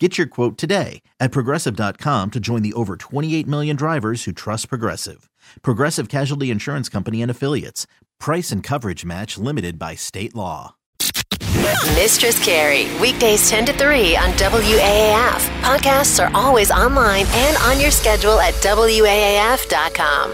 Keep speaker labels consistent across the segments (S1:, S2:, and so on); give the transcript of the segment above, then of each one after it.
S1: Get your quote today at progressive.com to join the over 28 million drivers who trust Progressive. Progressive Casualty Insurance Company and Affiliates. Price and coverage match limited by state law.
S2: Mistress Carrie, weekdays 10 to 3 on WAAF. Podcasts are always online and on your schedule at WAAF.com.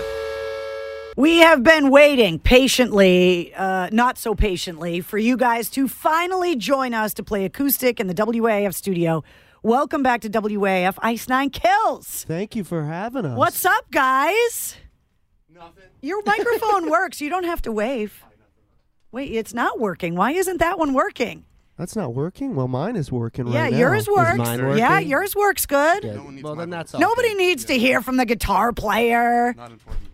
S3: We have been waiting patiently, uh, not so patiently, for you guys to finally join us to play acoustic in the WAF studio. Welcome back to WAF Ice Nine Kills.
S4: Thank you for having us.
S3: What's up, guys? Nothing. Your microphone works. You don't have to wave. Wait, it's not working. Why isn't that one working?
S4: That's not working. Well, mine is working
S3: yeah,
S4: right now.
S3: yours works.
S4: mine working?
S3: Yeah, yours works good.
S4: Yeah. well, then that's all.
S3: Nobody needs to hear from the guitar player.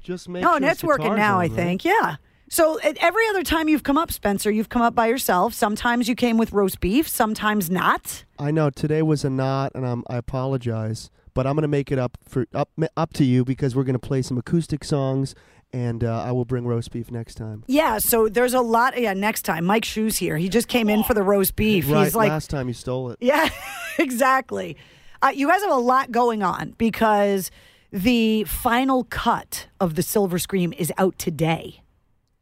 S4: Just make.
S3: No,
S4: sure
S3: and it's
S4: his
S3: working
S4: guitar's
S3: Oh, now,
S4: on,
S3: I
S4: right?
S3: think. Yeah. So at every other time you've come up, Spencer, you've come up by yourself. Sometimes you came with roast beef, sometimes not.
S4: I know today was a knot, and I'm, I apologize, but I'm gonna make it up for up up to you because we're gonna play some acoustic songs, and uh, I will bring roast beef next time.
S3: Yeah, so there's a lot. Yeah, next time. Mike Shoes here. He just came in for the roast beef.
S4: right,
S3: He's like,
S4: last time you stole it.
S3: yeah, exactly. Uh, you guys have a lot going on because the final cut of the Silver Scream is out today.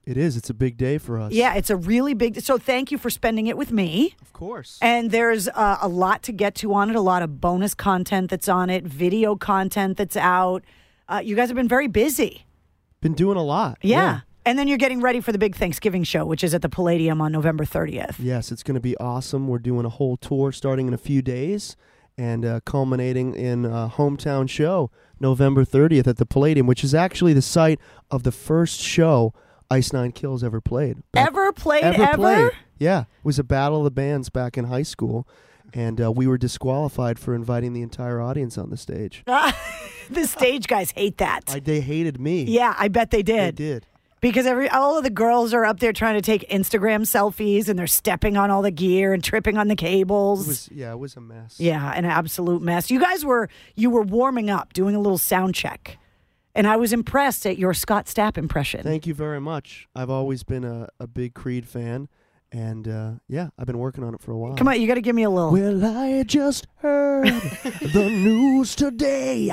S4: It is. It's a big day for us.
S3: Yeah, it's a really big. So thank you for spending it with me.
S4: Of course.
S3: And there's uh, a lot to get to on it, a lot of bonus content that's on it, video content that's out. Uh, you guys have been very busy.
S4: Been doing a lot.
S3: Yeah. And then you're getting ready for the big Thanksgiving show, which is at the Palladium on November 30th.
S4: Yes, it's going to be awesome. We're doing a whole tour starting in a few days and uh, culminating in a hometown show November 30th at the Palladium, which is actually the site of the first show Ice Nine Kills ever played. Back-
S3: Ever played ever?
S4: played. Yeah, it was a battle of the bands back in high school, and uh, we were disqualified for inviting the entire audience on the stage.
S3: the stage guys hate that.
S4: I, they hated me.
S3: yeah, I bet they
S4: They
S3: did.
S4: did.
S3: Because every all of the girls are up there trying to take Instagram selfies and they're stepping on all the gear and tripping on the
S4: It
S3: cables.
S4: was, yeah, it was a mess.
S3: Yeah, an absolute mess. You guys were you were warming up, doing a little sound check, and I was impressed at your Scott Stapp impression.
S4: Thank you very much. I've always been a, a big Creed fan, and uh, yeah, I've been working on it for a while.
S3: Come on, you got to give me a little.
S4: Well, I just heard the news today.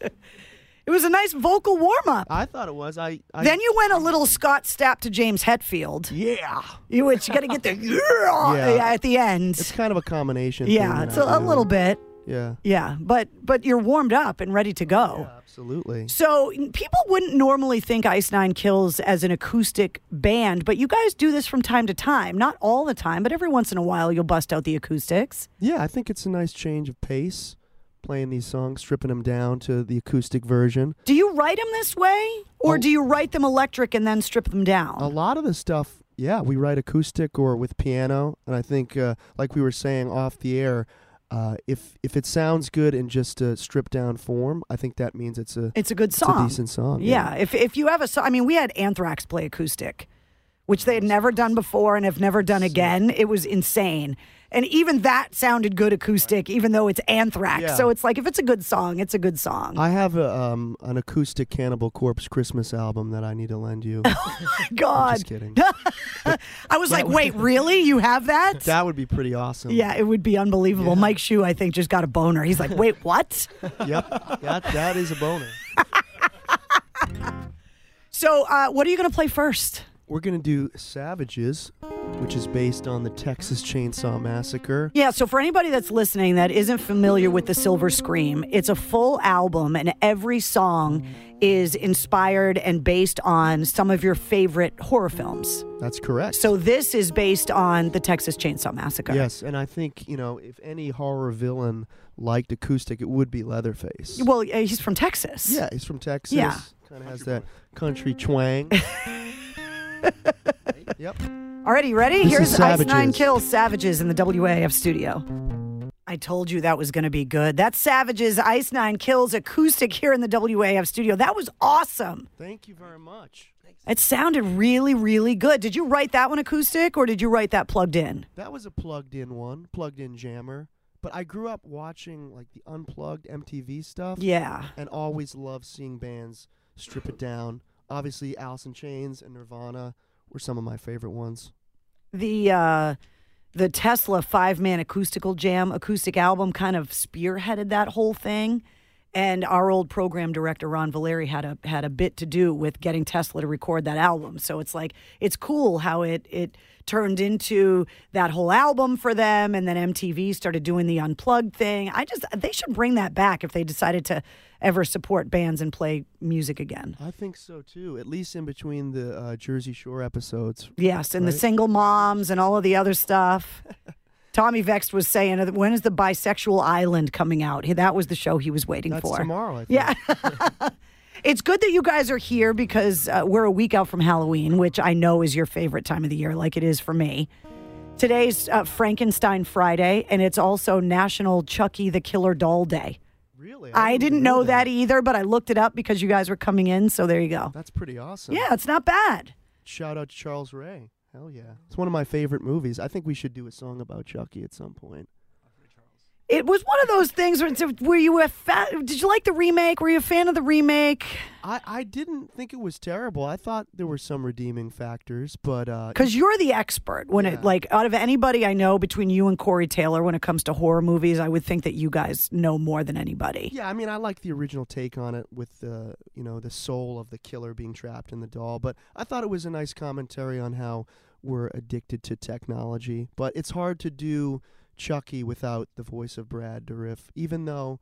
S3: it was a nice vocal warm up.
S4: I thought it was. I, I
S3: Then you went a little Scott Stapp to James Hetfield,
S4: yeah.
S3: you which you got to get the yeah.
S4: Yeah.
S3: at the
S4: It's uh,
S3: end.
S4: kind of a combination.
S3: Yeah,
S4: thing
S3: it's a,
S4: that I
S3: a
S4: do.
S3: little bit.
S4: Yeah,
S3: Yeah, but but you're warmed up and ready to
S4: Oh.
S3: go.
S4: absolutely.
S3: So n- people wouldn't normally think Ice Nine Kills as an acoustic band, but you guys do this from time to time. Not all the time, but every once in a while you'll bust out the acoustics.
S4: Yeah, I think it's a nice change of pace, playing these songs, stripping them down to the acoustic version.
S3: Do you write them this way, or
S4: Oh.
S3: do you write them electric and then strip them down?
S4: A lot of the stuff, yeah, we write acoustic or with piano, and I think, uh, like we were saying off the air, uh, if if it sounds good in just a stripped down form, I think that means it's a
S3: it's a good
S4: it's a
S3: song.
S4: decent song.
S3: Yeah. If if you have a song, I mean, we had Anthrax play acoustic, which they had never done before and have never done again. It was insane. And even that sounded good acoustic, even though it's anthrax.
S4: Yeah.
S3: So it's like if it's a good song, it's a good song.
S4: I have a, um, an acoustic Cannibal Corpse Christmas album that I need to lend you.
S3: God,
S4: Just kidding.
S3: I was like, wait, really? You have that?
S4: that would be pretty awesome.
S3: yeah, it would be unbelievable. Mike Shue, I think, just got a boner. He's like, wait, what?
S4: Yep. That that is a boner.
S3: so, uh, what are you going to play first?
S4: We're gonna do Savages, which is based on the Texas Chainsaw Massacre.
S3: Yeah, so for anybody that's listening that isn't familiar with the Silver Scream, it's a full album and every song is inspired and based on some of your favorite horror films.
S4: That's correct.
S3: So this is based on the Texas Chainsaw Massacre.
S4: yes, and I think you know if any horror villain liked acoustic, it would be Leatherface.
S3: Well, uh, he's from Texas.
S4: yeah, he's from Texas.
S3: Yeah.
S4: Kind of has that country twang. yep.
S3: Alrighty, ready?
S4: This
S3: Here's
S4: is
S3: Ice Nine
S4: Savages.
S3: Kills Savages in the WAF studio. I told you that was going to be good. That's Savage's Ice Nine Kills acoustic here in the WAF studio. That was awesome.
S4: Thank you very much.
S3: It sounded really, really good. Did you write that one acoustic or did you write that plugged in?
S4: That was a plugged in one, plugged in jammer. But I grew up watching like the unplugged MTV stuff
S3: Yeah.
S4: and always loved seeing bands strip it down. Obviously, Alice in Chains and Nirvana were some of my favorite ones.
S3: The uh the Tesla five man acoustical jam acoustic album kind of spearheaded that whole thing. And our old program director Ron Valeri had a had a bit to do with getting Tesla to record that album. So it's like it's cool how it it turned into that whole album for them and then MTV started doing the unplugged thing. I just they should bring that back if they decided to ever support bands and play music again.
S4: I think so too, at least in between the uh, Jersey Shore episodes.
S3: Yes, and the
S4: Right.
S3: single moms and all of the other stuff. Tommy Vexed was saying, "When is the bisexual island coming out?" He- That was the show he was waiting
S4: That's
S3: for.
S4: tomorrow, I think.
S3: Yeah. It's good that you guys are here because uh, we're a week out from Halloween, which I know is your favorite time of the year, like it is for me. Today's uh, Frankenstein Friday, and it's also National Chucky the Killer Doll Day.
S4: Really?
S3: I
S4: even
S3: didn't know that either, but I looked it up because you guys were coming in, so there you go.
S4: That's pretty awesome.
S3: Yeah, it's not bad.
S4: Shout out to Charles Ray. Hell yeah. It's one of my favorite movies. I think we should do a song about Chucky at some point.
S3: It was one of those things where, it's- were you a fan? Did you like the remake? Were you a fan of the remake?
S4: I, I didn't think it was terrible. I thought there were some redeeming factors, but uh,
S3: Because you're the expert when
S4: Yeah.
S3: it like out of anybody I know between you and Corey Taylor when it comes to horror movies, I would think that you guys know more than anybody.
S4: yeah, I mean, I like the original take on it with the you know the soul of the killer being trapped in the doll. But I thought it was a nice commentary on how we're addicted to technology. But it's hard to do Chucky without the voice of Brad Dourif, even though.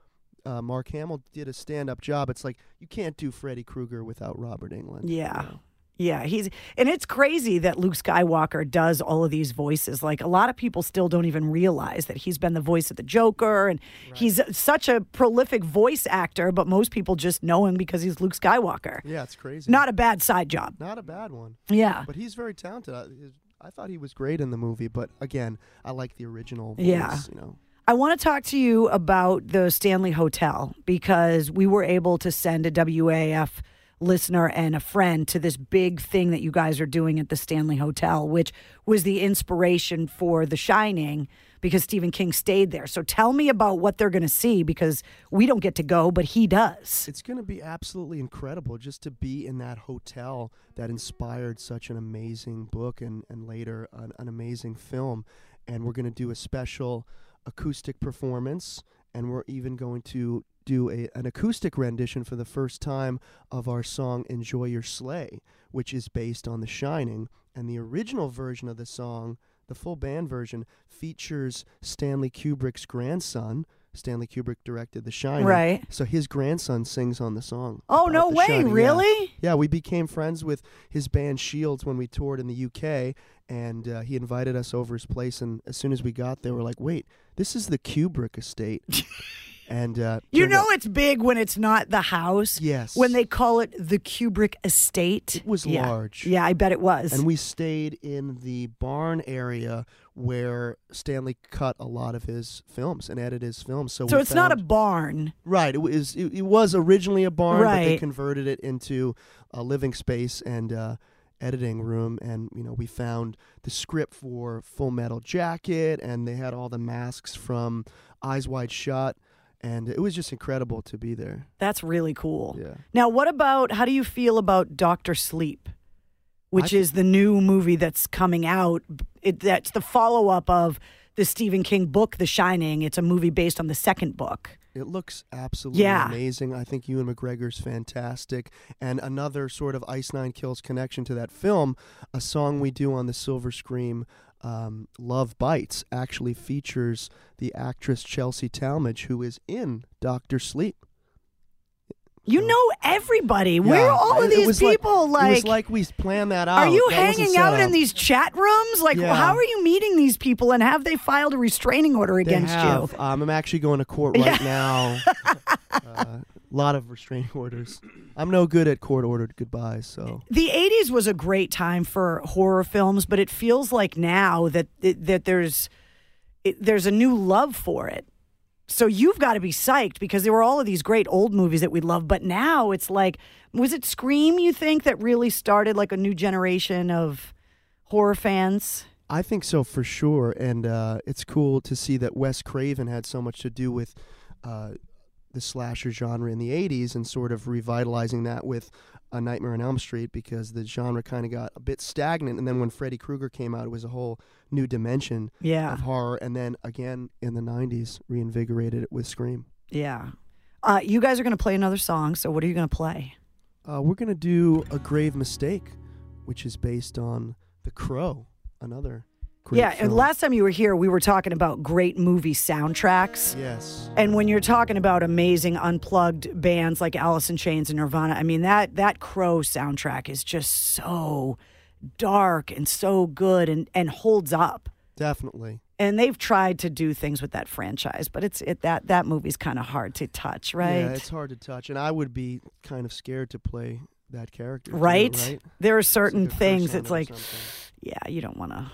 S4: Uh, Mark Hamill did a stand-up job. It's like you can't do Freddy Krueger without Robert England.
S3: Yeah. Yeah, he's and it's crazy that Luke Skywalker does all of these voices. Like a lot of people still don't even realize that he's been the voice of the Joker and he's such a prolific voice actor, but most people just know him because he's Luke Skywalker.
S4: Yeah, it's crazy.
S3: Not a bad side job.
S4: not a bad one.
S3: Yeah.
S4: But he's very talented. I, his, I thought he was great in the movie, but again, I like the original. Voice,
S3: Yeah.
S4: you know.
S3: I want to talk to you about the Stanley Hotel because we were able to send a WAF listener and a friend to this big thing that you guys are doing at the Stanley Hotel, which was the inspiration for The Shining because Stephen King stayed there. So tell me about what they're going to see because we don't get to go, but he does.
S4: It's going to be absolutely incredible just to be in that hotel that inspired such an amazing book and, and later an, an amazing film. And we're going to do a special acoustic performance, and we're even going to do a, an acoustic rendition for the first time of our song Enjoy Your Sleigh, which is based on The Shining. And the original version of the song, the full band version, features Stanley Kubrick's grandson. Stanley Kubrick directed The Shining.
S3: Right.
S4: So his grandson sings on the song.
S3: Oh,
S4: about
S3: no
S4: The
S3: way,
S4: Shining, yeah.
S3: really?
S4: Yeah. we became friends with his band Shields when we toured in the UK, and uh, he invited us over his place. And as soon as we got there, we're like, "Wait, this is the Kubrick estate." and uh,
S3: You
S4: turned
S3: know
S4: out
S3: it's big when it's not the house.
S4: Yes.
S3: When they call it the Kubrick Estate. It
S4: was
S3: yeah.
S4: large.
S3: Yeah, I bet it was.
S4: And we stayed in the barn area where Stanley cut a lot of his films and edited his films. So,
S3: so
S4: we
S3: it's not a
S4: found-
S3: barn.
S4: Right. It was it, it was originally a barn, but they
S3: Right.
S4: converted it into a living space and uh, editing room. And you know, we found the script for Full Metal Jacket, and they had all the masks from Eyes Wide Shut, and it was just incredible to be there.
S3: That's really cool.
S4: Yeah.
S3: Now, what about how do you feel about Doctor Sleep, which
S4: I-
S3: is the new movie that's coming out? It, that's the follow up of the Stephen King book, The Shining. It's a movie based on the second book.
S4: It looks absolutely
S3: Yeah.
S4: amazing. I think Ewan McGregor's fantastic. And another sort of Ice Nine Kills connection to that film, a song we do on the Silver Scream, um, Love Bites, actually features the actress Chelsea Talmadge, who is in Doctor Sleep.
S3: You
S4: So-
S3: know everybody. Where are
S4: Yeah.
S3: all of
S4: It- it
S3: these
S4: was
S3: people?
S4: It
S3: Like,
S4: was like we planned that out.
S3: are you
S4: That was a
S3: hanging out in
S4: setup.
S3: these chat rooms? Like,
S4: Yeah.
S3: how are you meeting these people? And have they filed a restraining order
S4: They
S3: against you?
S4: have. Um, I'm actually going to court right now. A lot of restraining orders. I'm no good at court ordered goodbyes, so.
S3: the 80s was a great time for horror films but it feels like now that that there's it, there's a new love for it So you've got to be psyched because there were all of these great old movies that we love, but now it's like, was it Scream? You think that really started like a new generation of horror fans?
S4: I think so for sure, and uh, it's cool to see that Wes Craven had so much to do with uh, the slasher genre in the '80s and sort of revitalizing that with A Nightmare on Elm Street because the genre kind of got a bit stagnant, and then when Freddy Krueger came out, it was a whole new dimension
S3: Yeah,
S4: of horror, and then again in the '90s reinvigorated it with Scream.
S3: yeah. Uh, you guys are going to play another song. So what are you going to play?
S4: Uh, we're gonna do a grave mistake, which is based on The Crow, another. Great
S3: yeah, and
S4: film.
S3: last time you were here, we were talking about great movie soundtracks.
S4: Yes.
S3: And when you're talking about amazing unplugged bands like Alice in Chains and Nirvana, I mean that that Crow soundtrack is just so dark and so good and and holds up.
S4: Definitely.
S3: And they've tried to do things with that franchise, but it's it that that movie's kind of hard to touch, right?
S4: Yeah, it's hard to touch, and I would be kind of scared to play that character. too,
S3: right?
S4: right?
S3: There are
S4: It's like
S3: certain
S4: a
S3: things.
S4: persona
S3: It's
S4: or
S3: like,
S4: something.
S3: yeah, you don't want to.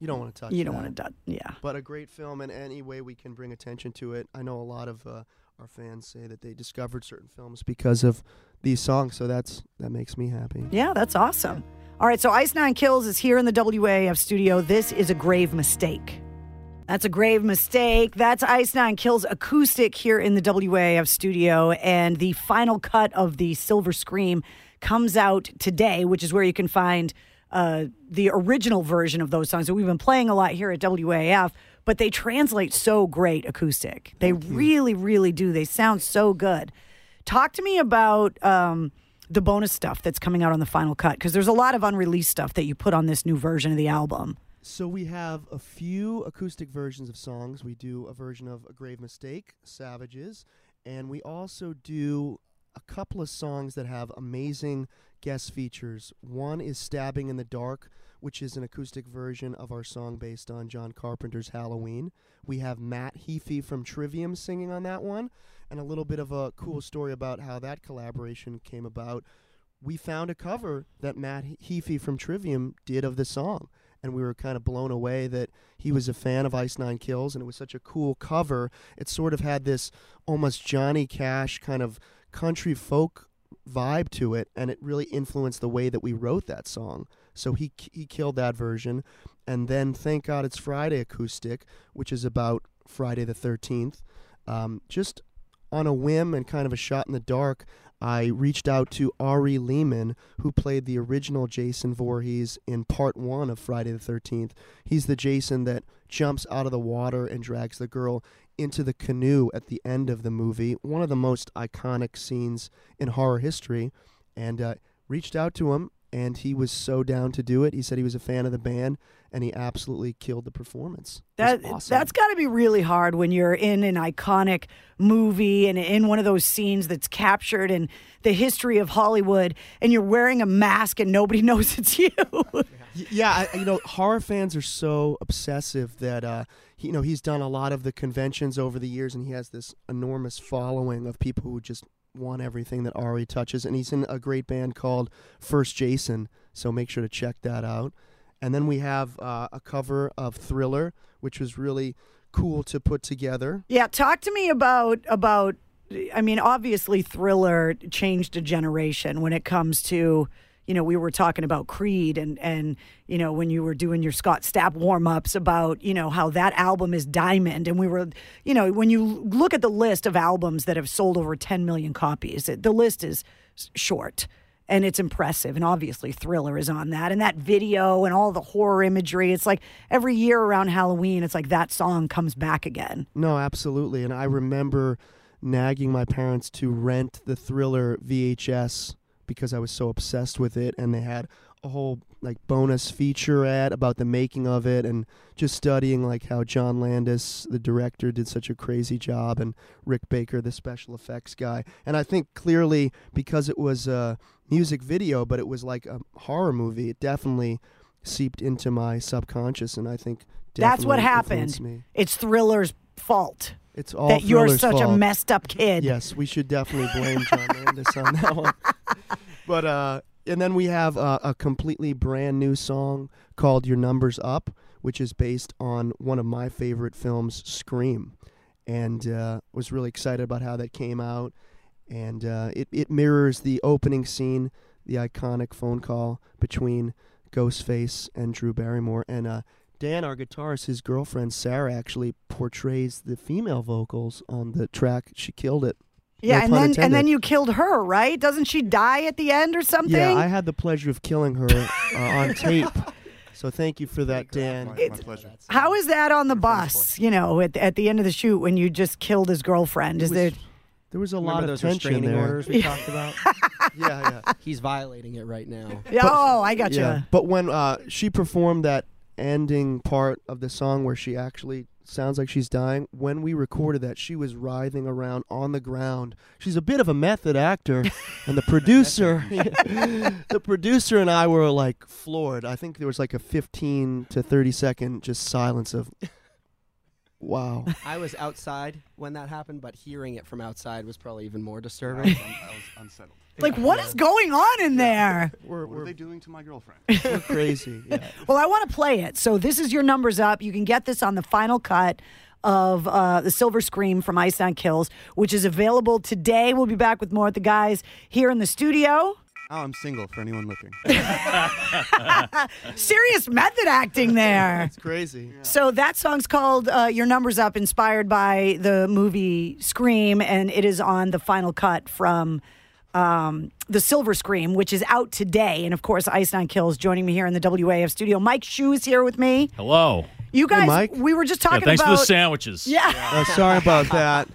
S4: you don't want to touch.
S3: You don't
S4: that.
S3: want to. Yeah.
S4: But a great film, and any way we can bring attention to it. I know a lot of uh, our fans say that they discovered certain films because of these songs, so that's that makes me happy.
S3: Yeah, that's awesome. All right, so Ice Nine Kills is here in the WAF studio. This is a grave mistake. That's a grave mistake. That's Ice Nine Kills acoustic here in the WAF studio. And the final cut of the Silver Scream comes out today, which is where you can find uh, the original version of those songs that we've been playing a lot here at WAF. But they translate so great acoustic. They really, really do. They sound so good. Talk to me about um, the bonus stuff that's coming out on the final cut because there's a lot of unreleased stuff that you put on this new version of the album.
S4: So we have a few acoustic versions of songs. We do a version of A Grave Mistake, Savages, and we also do a couple of songs that have amazing guest features. One is Stabbing in the Dark, which is an acoustic version of our song based on John Carpenter's Halloween. We have Matt Heafy from Trivium singing on that one, and a little bit of a cool story about how that collaboration came about we found a cover that Matt Heafy from Trivium did of the song. And we were kind of blown away that he was a fan of Ice Nine Kills, and it was such a cool cover. It sort of had this almost Johnny Cash kind of country folk vibe to it, and it really influenced the way that we wrote that song. So he he killed that version, and then thank God it's Friday acoustic, which is about Friday the Thirteenth. Um, just on a whim and kind of a shot in the dark, I reached out to Ari Lehman, who played the original Jason Voorhees in part one of Friday the 13th. He's the Jason that jumps out of the water and drags the girl into the canoe at the end of the movie, one of the most iconic scenes in horror history. And uh, reached out to him, and he was so down to do it. He said he was a fan of the band, and he absolutely killed the performance. It was
S3: That
S4: awesome.
S3: that's got to be really hard when you're in an iconic movie and in one of those scenes that's captured in the history of Hollywood, and you're wearing a mask and nobody knows it's you.
S4: Y- yeah, I- I, you know, horror fans are so obsessive that uh, he, you know he's done a lot of the conventions over the years, and he has this enormous following of people who just want everything that Ari touches. And he's in a great band called First Jason, so make sure to check that out. And then we have uh, a cover of Thriller, which was really cool to put together.
S3: yeah, talk to me about about. I mean, obviously, Thriller changed a generation when it comes to. You know, we were talking about Creed and, and, you know, when you were doing your Scott Stapp warm ups about, you know, how that album is diamond. And we were, you know, when you look at the list of albums that have sold over 10 million copies, it, the list is s- short and it's impressive. And obviously, Thriller is on that. And that video and all the horror imagery, it's like every year around Halloween, it's like that song comes back again.
S4: No, absolutely. And I remember nagging my parents to rent the thriller VHS because I was so obsessed with it and they had a whole like bonus featurette about the making of it and just studying like how John Landis the director did such a crazy job and Rick Baker the special effects guy and I think clearly because it was a music video but it was like a horror movie it definitely seeped into my subconscious and I think
S3: That's what
S4: definitely
S3: happened.
S4: influenced me.
S3: It's Thriller's fault
S4: It's all
S3: that you're
S4: Thriller's
S3: such a
S4: fault.
S3: messed up kid.
S4: Yes, we should definitely blame John Landis on that one. But uh, and then we have uh, a completely brand new song called "Your Numbers Up," which is based on one of my favorite films, Scream. and uh, was really excited about how that came out. And uh, it, it mirrors the opening scene, the iconic phone call between Ghostface and Drew Barrymore. And uh, Dan, our guitarist, his girlfriend Sarah actually portrays the female vocals on the track. She killed it.
S3: Yeah, and
S4: No pun
S3: then and
S4: intended.
S3: then you killed her, right? Doesn't she die at the end or something?
S4: Yeah, I had the pleasure of killing her uh, on tape. So thank you for that, Dan.
S5: My, my pleasure.
S3: How is that on the bus? You know, at, at the end of the shoot when you just killed his girlfriend? Is there?
S4: There was a
S6: Remember
S4: lot of
S6: those
S4: tension
S6: restraining
S4: there.
S6: orders we talked about?
S4: Yeah, yeah,
S6: He's violating it right now.
S3: Yeah, oh, I got gotcha.
S4: yeah. But when uh, she performed that ending part of the song where she actually sounds like she's dying, when we recorded that, she was writhing around on the ground. She's a bit of a method actor, and the producer, the producer and I were like floored. I think there was like a 15 to 30 second just silence of, wow.
S6: I was outside when that happened, but hearing it from outside was probably even more disturbing.
S5: I was unsettled.
S3: Like, what is going on in there?
S4: We're,
S5: What are
S4: we're
S5: they doing to my girlfriend? Oh,
S4: crazy. Yeah.
S3: Well, I want to play it. So this is your numbers up. You can get this on the final cut of uh, the Silver Scream from Ice on Kills, which is available today. We'll be back with more of the guys here in the studio.
S5: Now I'm single for anyone looking.
S3: Serious method acting there.
S4: It's crazy.
S3: So that song's called uh, "Your Numbers Up," inspired by the movie Scream, and it is on the final cut from um, the Silver Scream, which is out today. And of course, Ice Nine Kills joining me here in the WAF studio. Mike Shu is here with me.
S7: Hello.
S3: You guys,
S4: Mike.
S3: we were just
S7: Yeah,
S3: talking
S7: thanks
S3: about
S7: for the sandwiches.
S3: yeah.
S4: Uh, sorry about that.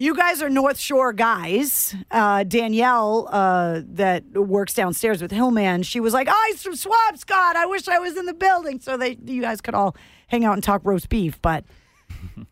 S3: You guys are North Shore guys. Uh, Danielle, uh, that works downstairs with Hillman, she was like, "Ice from Swamp Scott. I wish I was in the building so they you guys could all hang out and talk roast beef." But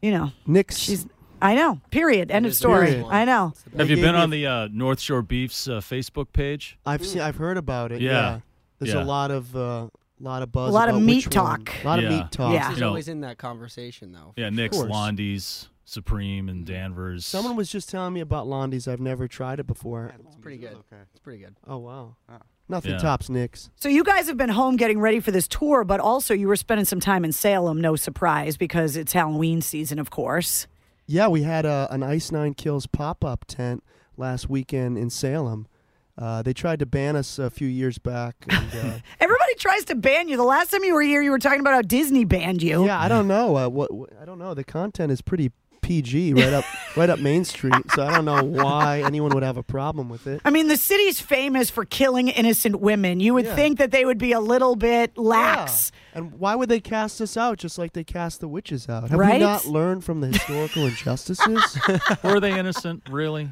S3: you know.
S4: Nick's
S3: She's. I know. Period. End of
S6: is
S3: story.
S4: period.
S3: I know.
S7: Have you been on the uh, North Shore Beef's uh, Facebook page?
S4: I've
S3: Mm.
S4: seen. I've heard about it. Yeah.
S7: Yeah.
S4: There's a
S7: Yeah.
S4: lot of uh, lot of buzz.
S3: A lot of
S4: about
S3: meat
S4: which one.
S3: talk.
S4: A lot
S7: Yeah.
S4: of meat talk.
S3: Yeah.
S6: He's
S7: You know-
S6: always in that conversation, though.
S7: Yeah, Nick's,
S4: course.
S7: Londy's, Supreme,
S3: Mm.
S7: and Danvers.
S4: Someone was just telling me about Londy's. I've never tried it before.
S6: It's pretty good.
S5: Okay.
S6: It's pretty good.
S4: Oh wow. Nothing
S7: Yeah.
S4: tops Nick's.
S3: So you guys have been home getting ready for this tour, but also you were spending some time in Salem. No surprise, because it's Halloween season, of course.
S4: Yeah, we had uh, an Ice Nine Kills pop up tent last weekend in Salem. Uh, they tried to ban us a few years back. And, uh,
S3: Everybody tries to ban you. The last time you were here, you were talking about how Disney banned
S4: uh,
S3: you.
S4: yeah, I don't know. Uh, what, what I don't know. The content is pretty PG right up right up Main Street, so I don't know why anyone would have a problem with it.
S3: I mean, the city's famous for killing innocent women. You would think that they would be a little bit lax.
S4: Yeah. And why would they cast us out just like they cast the witches out? Have
S3: Right?
S4: we not learned from the historical injustices?
S7: Were they innocent? Really?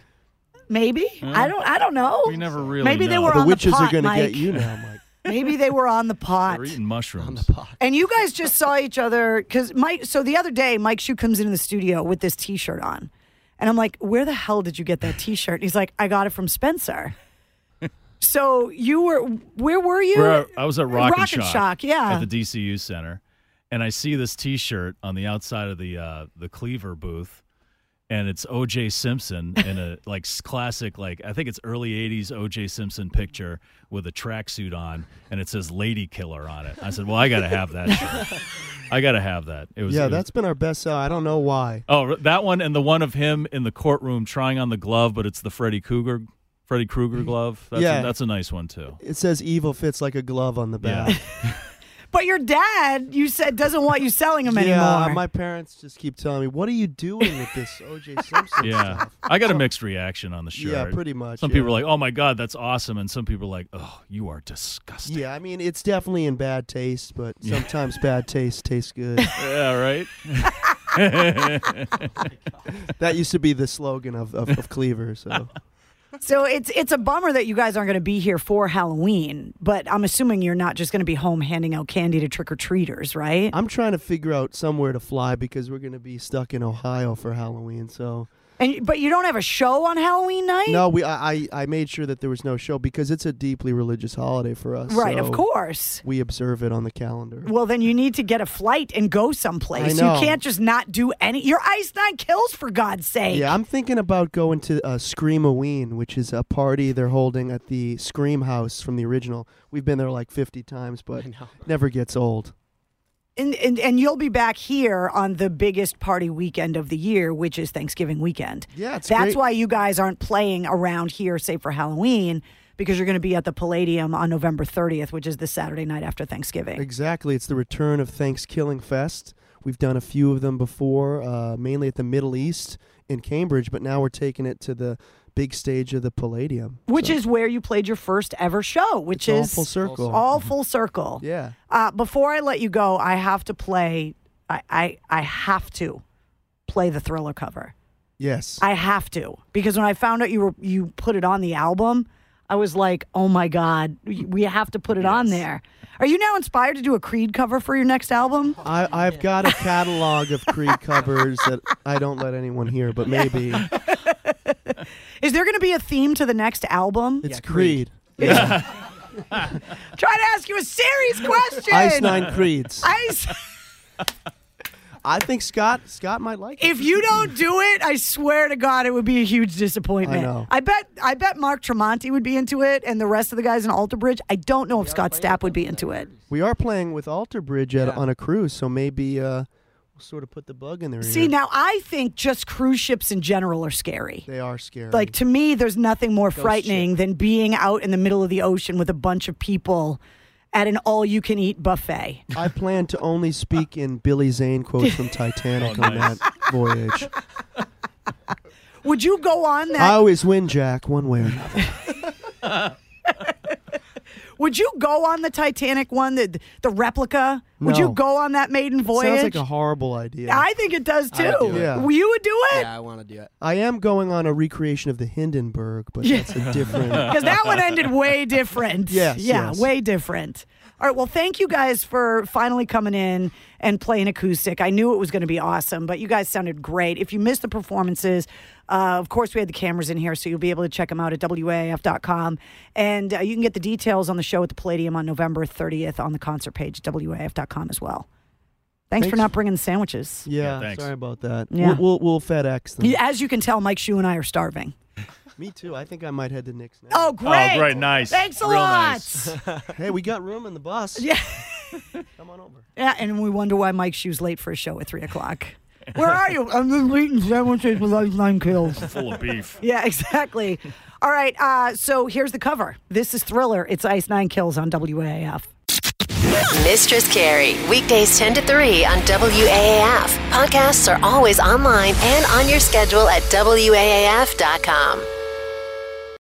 S3: Maybe I don't. I don't know.
S7: We never really.
S3: Maybe they
S7: know.
S3: were
S4: the
S3: on
S4: witches
S3: pot,
S4: are going to
S3: Mike.
S4: get you now, Mike.
S3: Maybe they were on the pot.
S7: They were eating mushrooms.
S3: And you guys just saw each other because Mike. So the other day, Mike Shu comes into the studio with this T-shirt on, and I'm like, "Where the hell did you get that T-shirt?" And he's like, "I got it from Spencer." so you were, where were you?
S7: We're at- I was at Rock,
S3: Rock and
S7: and Shock,
S3: Shock, yeah.
S7: at the DCU Center, and I see this T-shirt on the outside of the uh, the Cleaver booth, and it's O.J. Simpson in a like s- classic, like I think it's early '80s O.J. Simpson picture with a tracksuit on, and it says "Lady Killer" on it. I said, "Well, I gotta have that. shirt. I gotta have that." It was
S4: Yeah,
S7: it was-
S4: that's been our best seller. I don't know why.
S7: Oh, that one and the one of him in the courtroom trying on the glove, but it's the Freddy Krueger, Freddy Krueger glove. That's
S4: Yeah.
S7: a, that's a nice one too.
S4: It says evil fits like a glove on the
S7: Yeah.
S4: back.
S3: but your dad, you said, doesn't want you selling them
S4: Yeah,
S3: anymore.
S4: my parents just keep telling me, "What are you doing with this O.J. Simpson
S7: Yeah,
S4: stuff?"
S7: I got a mixed reaction on the shirt.
S4: Yeah, pretty much.
S7: Some
S4: yeah.
S7: people are like, "Oh my god, that's awesome," and some people are like, "Oh, you are disgusting."
S4: "Yeah, I mean, it's definitely in bad taste, but sometimes bad taste tastes good."
S7: Yeah, right.
S4: that used to be the slogan of of, of Cleaver. So
S3: so it's it's a bummer that you guys aren't going to be here for Halloween. But I'm assuming you're not just going to be home handing out candy to trick or treaters, right?
S4: I'm trying to figure out somewhere to fly because we're gonna be stuck in Ohio for Halloween. So
S3: And but you don't have a show on Halloween night,
S4: no, we I, I, I made sure that there was no show because it's a deeply religious holiday for us.
S3: right?
S4: so
S3: Of course.
S4: we observe it on the calendar.
S3: Well, then you need to get a flight and go someplace.
S4: I know.
S3: You can't just not do any. Your ice nine kills for God's sake.
S4: Yeah, I'm thinking about going to uh, Screamoween, which is a party they're holding at the Scream House from the original. We've been there like 50 times, but
S6: know.
S4: never gets old.
S3: And, and, and you'll be back here on the biggest party weekend of the year, which is Thanksgiving weekend.
S4: Yeah, it's
S3: that's
S4: great.
S3: why you guys aren't playing around here, say for Halloween, because you're going to be at the Palladium on November 30th, which is the Saturday night after Thanksgiving.
S4: Exactly. It's the return of Thanksgiving Fest. We've done a few of them before, uh, mainly at the Middle East in Cambridge, but now we're taking it to the big stage of the Palladium.
S3: which
S4: So
S3: is where you played your first ever show, which
S4: it's all
S3: is
S4: full circle. Mm-hmm.
S3: all full circle.
S4: yeah.
S3: Uh, before I let you go, I have to play. I, I I have to play the Thriller cover.
S4: Yes.
S3: I have to because when I found out you were you put it on the album, I was like, oh my god, we we have to put it on there. Are you now inspired to do a Creed cover for your next album?
S4: I, I've got a catalog of Creed covers that I don't let anyone hear, but maybe
S3: Is there going to be a theme to the next album?
S4: it's
S6: Yeah,
S4: Creed.
S6: Creed.
S3: Trying to ask you a serious question.
S4: Ice Nine Creeds. I,
S3: Ice-
S4: think Scott Scott might like it.
S3: if you don't do it, I swear to God, it would be a huge disappointment.
S4: I know.
S3: bet. I bet Mark Tremonti would be into it, and the rest of the guys in Alter Bridge. I don't know if Scott Stapp would be into it.
S4: We are playing with Alter Bridge at,
S6: Yeah.
S4: on a cruise, so maybe uh, we'll sort of put the bug in their
S3: See,
S4: ear.
S3: now I think just cruise ships in general are scary.
S4: they are scary.
S3: Like to me, there's nothing more frightening than being out in the middle of the ocean with a bunch of people at an all-you-can-eat buffet.
S4: I plan to only speak in Billy Zane quotes from Titanic
S7: Oh,
S4: on
S7: nice.
S4: that voyage.
S3: Would you go on that?
S4: I always win, Jack, one way or another.
S3: would you go on the Titanic one, the the replica? Would
S4: No.
S3: you go on that maiden voyage?
S4: Sounds like a horrible idea.
S3: I think it does too.
S6: I would do
S4: it. Yeah.
S3: Well, You would do it
S6: Yeah, I want to do it.
S4: I am going on a recreation of the Hindenburg, but
S3: Yeah.
S4: that's a different.
S3: because that one ended way different.
S4: Yes,
S3: yeah,
S4: yes.
S3: way different. All right. Well, thank you guys for finally coming in and playing acoustic. I knew it was going to be awesome, but you guys sounded great. If you missed the performances, uh, of course, we had the cameras in here, so you'll be able to check them out at WAF.com. And uh, you can get the details on the show at the Palladium on November 30th on the concert page, WAF.com as well. Thanks, for
S4: Thanks.
S3: not bringing sandwiches.
S4: Yeah,
S7: thanks.
S4: sorry about that.
S3: Yeah.
S4: We'll, we'll, we'll FedEx them.
S3: You- As you can tell, Mike Shu and I are starving.
S4: Me too. I think I might head to Nick's now.
S3: Oh, great.
S7: Oh, great. Nice.
S3: Thanks a
S7: Real
S3: lot.
S7: nice.
S4: Hey, we got room in the bus.
S3: Yeah.
S4: Come on over.
S3: Yeah, and we wonder why Mike Shoe's late for a show at three o'clock. Where are you? I'm just eating sandwiches with ice lime kills.
S7: Full of beef.
S3: Yeah, exactly. All right, uh, so here's the cover. This is Thriller. It's Ice Nine Kills on WAF.
S2: Mistress Carey, weekdays 10 to 3 on WAAF. Podcasts are always online and on your schedule at WAAF.com.